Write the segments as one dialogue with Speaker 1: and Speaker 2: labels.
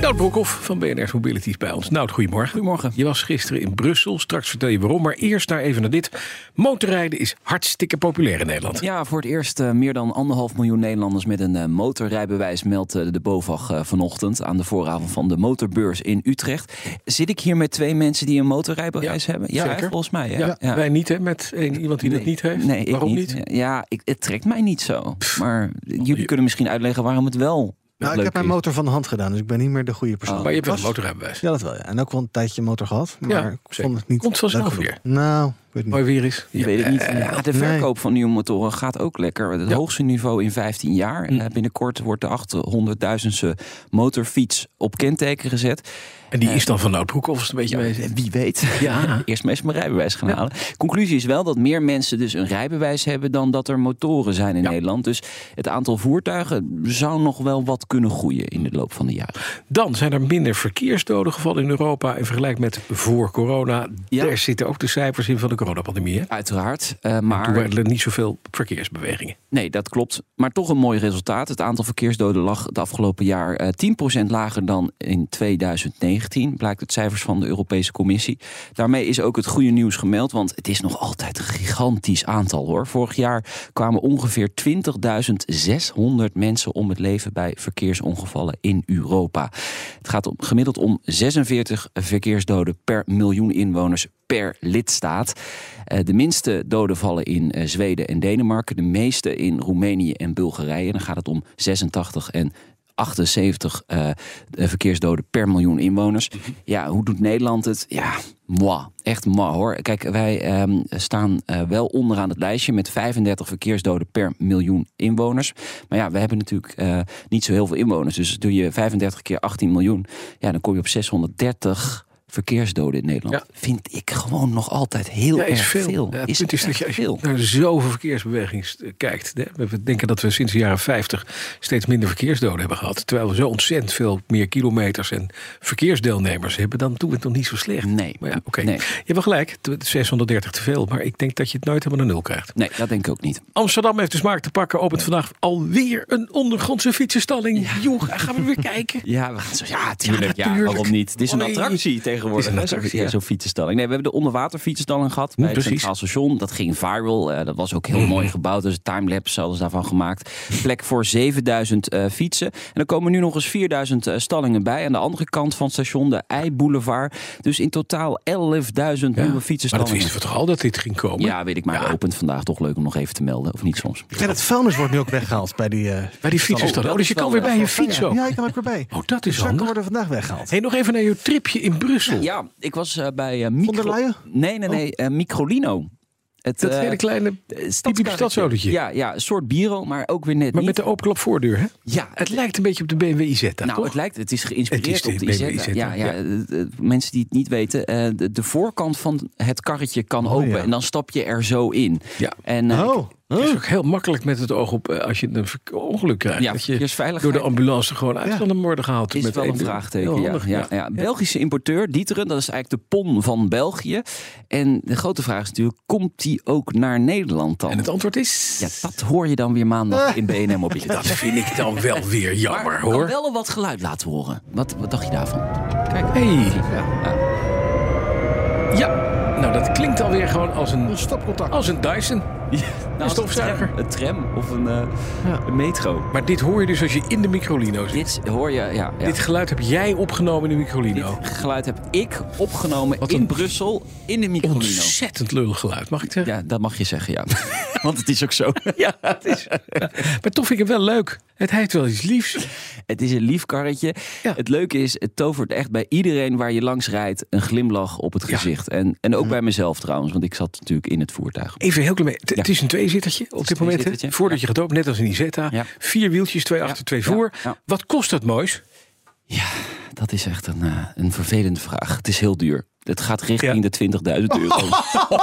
Speaker 1: Nout Broekhoff van BNR Mobility is bij ons. Nout, goedemorgen.
Speaker 2: Goedemorgen.
Speaker 1: Je was gisteren in Brussel. Straks vertel je waarom. Maar eerst daar even naar dit. Motorrijden is hartstikke populair in Nederland.
Speaker 2: Ja, voor het eerst eh, meer dan anderhalf miljoen Nederlanders met een eh, motorrijbewijs meldt eh, de BOVAG eh, vanochtend aan de vooravond van de motorbeurs in Utrecht. Zit ik hier met twee mensen die een motorrijbewijs
Speaker 1: Ja,
Speaker 2: hebben? Ja,
Speaker 1: zeker.
Speaker 2: hè, volgens mij. Hè?
Speaker 1: Ja,
Speaker 2: Ja.
Speaker 1: Wij niet, hè? Met één- iemand die dat
Speaker 2: Nee.
Speaker 1: niet heeft.
Speaker 2: Nee, ik
Speaker 1: waarom
Speaker 2: niet. Ja, ik, het trekt mij niet zo. Maar jullie kunnen misschien uitleggen waarom het wel.
Speaker 3: Nou, ik
Speaker 2: leuk
Speaker 3: heb mijn
Speaker 2: is.
Speaker 3: motor van de hand gedaan, dus ik ben niet meer de goede persoon.
Speaker 2: Oh.
Speaker 1: Maar je hebt wel een
Speaker 3: Was-
Speaker 1: motorrijbewijs.
Speaker 3: Ja, dat wel. Ja. En ook wel een tijdje motor gehad, maar
Speaker 1: Ja,
Speaker 3: ik
Speaker 1: zeker.
Speaker 3: vond het niet
Speaker 1: Komt vanzelf
Speaker 3: leuk genoeg.
Speaker 1: weer.
Speaker 3: Nou, ik weet het
Speaker 1: Mooi
Speaker 3: niet.
Speaker 1: weer is.
Speaker 2: Ik weet het niet. Ja, de
Speaker 3: nee.
Speaker 2: verkoop van nieuwe motoren gaat ook lekker. Het
Speaker 1: Ja.
Speaker 2: hoogste niveau in 15 jaar. En
Speaker 1: Mm.
Speaker 2: eh, binnenkort wordt de 800.000ste motorfiets op kenteken gezet.
Speaker 1: En die is dan van Nout Broekhoff als het een beetje mee
Speaker 2: Ja,
Speaker 1: zit.
Speaker 2: wie weet.
Speaker 1: Ja.
Speaker 2: Eerst maar eens mijn rijbewijs gaan halen. Conclusie is wel dat meer mensen dus een rijbewijs hebben dan dat er motoren zijn in
Speaker 1: Ja.
Speaker 2: Nederland. Dus het aantal voertuigen zou nog wel wat kunnen groeien in de loop van de jaren.
Speaker 1: Dan zijn er minder verkeersdoden gevallen in Europa... in vergelijking met voor corona.
Speaker 2: Ja.
Speaker 1: Daar zitten ook de cijfers in van de coronapandemie. Hè?
Speaker 2: Uiteraard. eh,
Speaker 1: Toen
Speaker 2: maar
Speaker 1: waren er niet zoveel verkeersbewegingen.
Speaker 2: Nee, dat klopt. Maar toch een mooi resultaat. Het aantal verkeersdoden lag het afgelopen jaar eh, 10% lager dan in 2019. Blijkt uit cijfers van de Europese Commissie. Daarmee is ook het goede nieuws gemeld, want het is nog altijd een gigantisch aantal hoor. Vorig jaar kwamen ongeveer 20.600 mensen om het leven bij verkeersongevallen in Europa. Het gaat om, gemiddeld om 46 verkeersdoden per miljoen inwoners per lidstaat. Eh, De minste doden vallen in eh, Zweden en Denemarken, de meeste in Roemenië en Bulgarije. Dan gaat het om 86 en 78 eh, verkeersdoden per miljoen inwoners. Ja, hoe doet Nederland het? Ja, moi. Echt moi hoor. Kijk, wij ehm, staan eh, wel onderaan het lijstje met 35 verkeersdoden per miljoen inwoners. Maar ja, we hebben natuurlijk eh, niet zo heel veel inwoners. Dus doe je 35 keer 18 miljoen, ja, dan kom je op 630 verkeersdoden in Nederland.
Speaker 1: Ja.
Speaker 2: Vind ik gewoon nog altijd heel
Speaker 1: Ja,
Speaker 2: erg
Speaker 1: is veel. Ja, het
Speaker 2: is
Speaker 1: punt is dat
Speaker 2: echt
Speaker 1: je, als je
Speaker 2: veel.
Speaker 1: naar zoveel verkeersbeweging eh, kijkt. Hè? We- We denken dat we sinds de jaren 50 steeds minder verkeersdoden hebben gehad. Terwijl we zo ontzettend veel meer kilometers en verkeersdeelnemers hebben. Dan doen we het nog niet zo slecht.
Speaker 2: Nee.
Speaker 1: Maar Oh ja, oké.
Speaker 2: Mm. Nee.
Speaker 1: Je hebt wel gelijk, t- 630 te veel. Maar ik denk dat je het nooit helemaal naar nul krijgt.
Speaker 2: Nee, dat denk ik ook niet.
Speaker 1: Amsterdam heeft de smaak te pakken. Opent vandaag alweer een ondergrondse fietsenstalling. Joh, gaan we weer kijken.
Speaker 2: Ja, we gaan zo, ja, tuurlijk. Ja,
Speaker 1: natuurlijk.
Speaker 2: waarom niet? Het is een
Speaker 1: Oh, Nee.
Speaker 2: attractie
Speaker 1: Het
Speaker 2: tegenwoordig.
Speaker 1: is een
Speaker 2: hè,
Speaker 1: attractie,
Speaker 2: zo'n-
Speaker 1: ja. Mm,
Speaker 2: ja, zo'n fietsenstalling. Nee, we hebben de onderwaterfietsenstalling gehad bij het
Speaker 1: precies. Mm.
Speaker 2: Centraal Station. Dat ging viral. Eh, dat was ook heel mooi gebouwd. Dus een timelapse hadden ze daarvan gemaakt. Plek voor 7000 eh, fietsen. En er komen nu nog eens 4000 eh, stallingen bij. Aan de andere kant van het station, de Eiboulevard. Dus in totaal 11.000 nieuwe
Speaker 1: maar dat
Speaker 2: fietsenstallingen.
Speaker 1: wisten we toch al dat dit ging komen?
Speaker 2: ja, weet ik maar. Opent vandaag toch leuk om nog even te melden. Of niet soms.
Speaker 3: En het vuilnis wordt nu ook weggehaald bij die... eh,
Speaker 1: Bij die fietsenstalling.
Speaker 2: Oh,
Speaker 1: Oh,
Speaker 2: dat
Speaker 1: dus je
Speaker 2: is
Speaker 1: kan
Speaker 2: wel,
Speaker 1: weer bij
Speaker 2: eh,
Speaker 1: je fiets ook.
Speaker 3: Ja, ik kan ook weer bij.
Speaker 1: Oh, dat is
Speaker 3: De zakken
Speaker 1: handig.
Speaker 3: worden vandaag weggehaald.
Speaker 1: Hey, nog even naar jouw tripje in Brussel.
Speaker 2: Ja, ik was eh, bij eh
Speaker 3: der
Speaker 2: Micro...
Speaker 3: Leyen?
Speaker 2: Nee, nee, nee. eh, Microlino. Het,
Speaker 1: Dat
Speaker 2: eh,
Speaker 1: hele kleine typische
Speaker 2: stadskarretje.
Speaker 1: stadsautootje.
Speaker 2: Ja, ja, een soort bureau, maar ook weer net
Speaker 1: Maar
Speaker 2: niet.
Speaker 1: met de openklap voordeur, hè?
Speaker 2: Ja,
Speaker 1: Het lijkt een beetje op de BMW IZ, daar,
Speaker 2: nou,
Speaker 1: toch?
Speaker 2: het lijkt, het is geïnspireerd
Speaker 1: Het is
Speaker 2: op de
Speaker 1: de
Speaker 2: IZ.
Speaker 1: BMW
Speaker 2: Ja, ja,
Speaker 1: ja.
Speaker 2: eh, eh, mensen die het niet weten, eh, de, de voorkant van het karretje kan open
Speaker 3: ja.
Speaker 2: en dan stap je er zo in.
Speaker 1: Ja.
Speaker 2: En eh, ik-
Speaker 3: Oh,
Speaker 1: Het is ook heel makkelijk met het oog op eh, als je een verk- ongeluk krijgt.
Speaker 2: Ja,
Speaker 1: dat je
Speaker 2: verkeersveiligheid.
Speaker 1: door de ambulance gewoon uit van de morden gehaald
Speaker 2: is
Speaker 1: met
Speaker 2: wel
Speaker 1: één
Speaker 2: een
Speaker 1: deur.
Speaker 2: vraagteken.
Speaker 1: Heel
Speaker 2: Ja,
Speaker 1: handig,
Speaker 2: ja, ja. Belgische importeur Dieteren, dat is eigenlijk de PON van België. En de grote vraag is natuurlijk, komt die ook naar Nederland dan?
Speaker 1: En het antwoord is...
Speaker 2: Ja, dat hoor je dan weer maandag in BNM
Speaker 1: Dat
Speaker 2: Mobiliteit.
Speaker 1: vind ik dan wel weer jammer,
Speaker 2: Maar
Speaker 1: hoor.
Speaker 2: kan wel wat geluid laten horen. Wat, wat dacht je daarvan?
Speaker 1: Hey. Ja. nou dat klinkt alweer gewoon als een,
Speaker 3: stopcontact.
Speaker 1: als een Dyson.
Speaker 2: Nou, als
Speaker 1: stofzuiger.
Speaker 2: Een tram, een tram of een, eh, een metro.
Speaker 1: Maar dit hoor je dus als je in de microlino zit.
Speaker 2: Dit hoor je, ja. ja.
Speaker 1: Dit geluid heb jij opgenomen in de microlino.
Speaker 2: Dit geluid heb ik opgenomen
Speaker 1: Wat
Speaker 2: in
Speaker 1: een-
Speaker 2: Brussel in de microlino.
Speaker 1: Ontzettend lullig geluid, mag ik zeggen?
Speaker 2: Ja, dat mag je zeggen, ja. Want het is ook zo.
Speaker 1: Ja, het is. Maar toch vind ik het wel leuk. Het heeft wel iets liefs.
Speaker 2: Het is een lief karretje.
Speaker 1: Ja.
Speaker 2: Het leuke is, het tovert echt bij iedereen waar je langs rijdt een glimlach op het
Speaker 1: Ja.
Speaker 2: gezicht. En, en ook bij mezelf trouwens, want ik zat natuurlijk in het voertuig.
Speaker 1: Even een heel klein beetje. Het-
Speaker 2: Ja.
Speaker 1: Het is een tweezittertje op dit moment. hè?
Speaker 2: tweezittertje.
Speaker 1: Voordat je gaat open, net als een Isetta.
Speaker 2: Ja.
Speaker 1: Vier wieltjes, twee achter, twee voor.
Speaker 2: Ja. Ja.
Speaker 1: Wat kost dat moois?
Speaker 2: Ja, dat is echt een, eh, een vervelende vraag. Het is heel duur. Het gaat richting de 20.000 euro.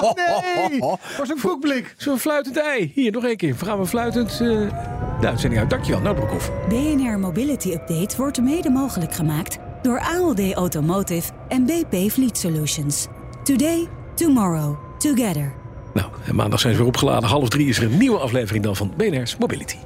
Speaker 3: Nee, was een koekblik.
Speaker 1: Zo'n fluitend ei. Hier, nog één keer. We gaan we fluitend eh de uitzending uit. Dankjewel, Noudbroekhoff.
Speaker 4: BNR Mobility Update wordt mede mogelijk gemaakt door ALD Automotive en BP Fleet Solutions. Today, tomorrow, together.
Speaker 1: Nou, en maandag zijn ze weer opgeladen. Half drie is er een nieuwe aflevering dan van BNR's Mobility.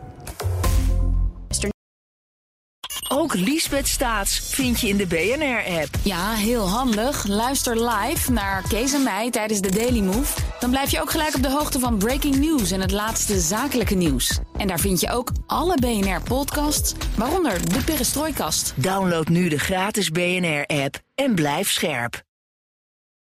Speaker 5: Ook Liesbeth Staats vind je in de BNR-app.
Speaker 6: Ja, heel handig. Luister live naar Kees en mij tijdens de Daily Move. Dan blijf je ook gelijk op de hoogte van breaking news en het laatste zakelijke nieuws. En daar vind je ook alle BNR-podcasts, waaronder de Perestrooikast.
Speaker 5: Download nu de gratis BNR-app en blijf scherp.